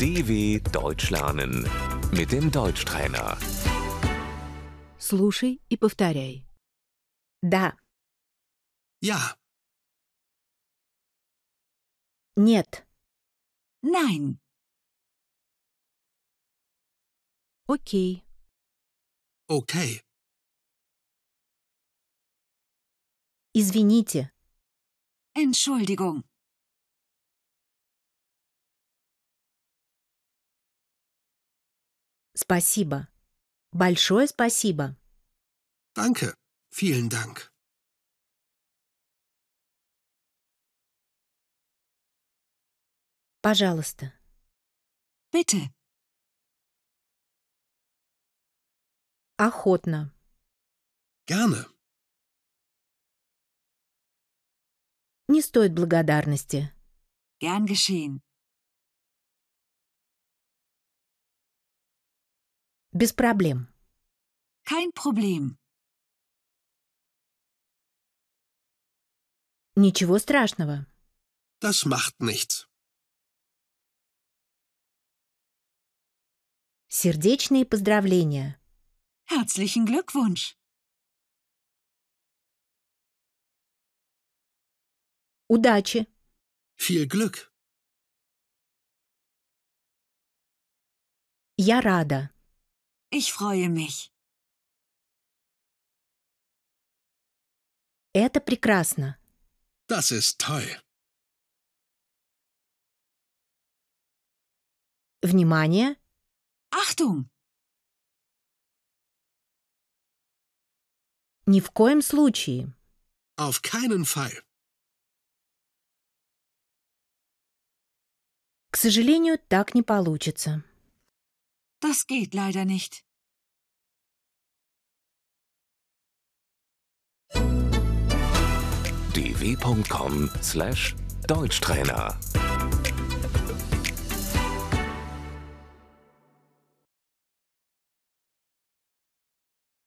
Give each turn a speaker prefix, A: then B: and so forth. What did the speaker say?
A: DW Deutsch lernen mit dem Deutschtrainer.
B: Слушай и повторяй.
C: Да,
D: Ja,
C: нет,
E: Nein,
B: Окей.
D: okay,
C: извините,
E: Entschuldigung,
C: спасибо. Большое спасибо.
D: danke, vielen Dank.
C: Пожалуйста,
E: bitte,
C: охотно,
D: Gerne,
C: не стоит благодарности.
E: gern geschehen,
C: Без проблем.
E: kein Problem,
C: Ничего страшного.
D: das macht nichts.
C: Сердечные поздравления.
E: herzlichen Glückwunsch,
C: Удачи.
D: Viel Glück,
C: Я рада.
E: ich freue mich,
C: Это прекрасно.
D: das ist toll.
C: Внимание.
E: Achtung,
C: Ни в коем случае.
D: Auf keinen Fall.
C: К сожалению, так не получится.
E: das geht leider nicht.
A: dw.com/deutschtrainer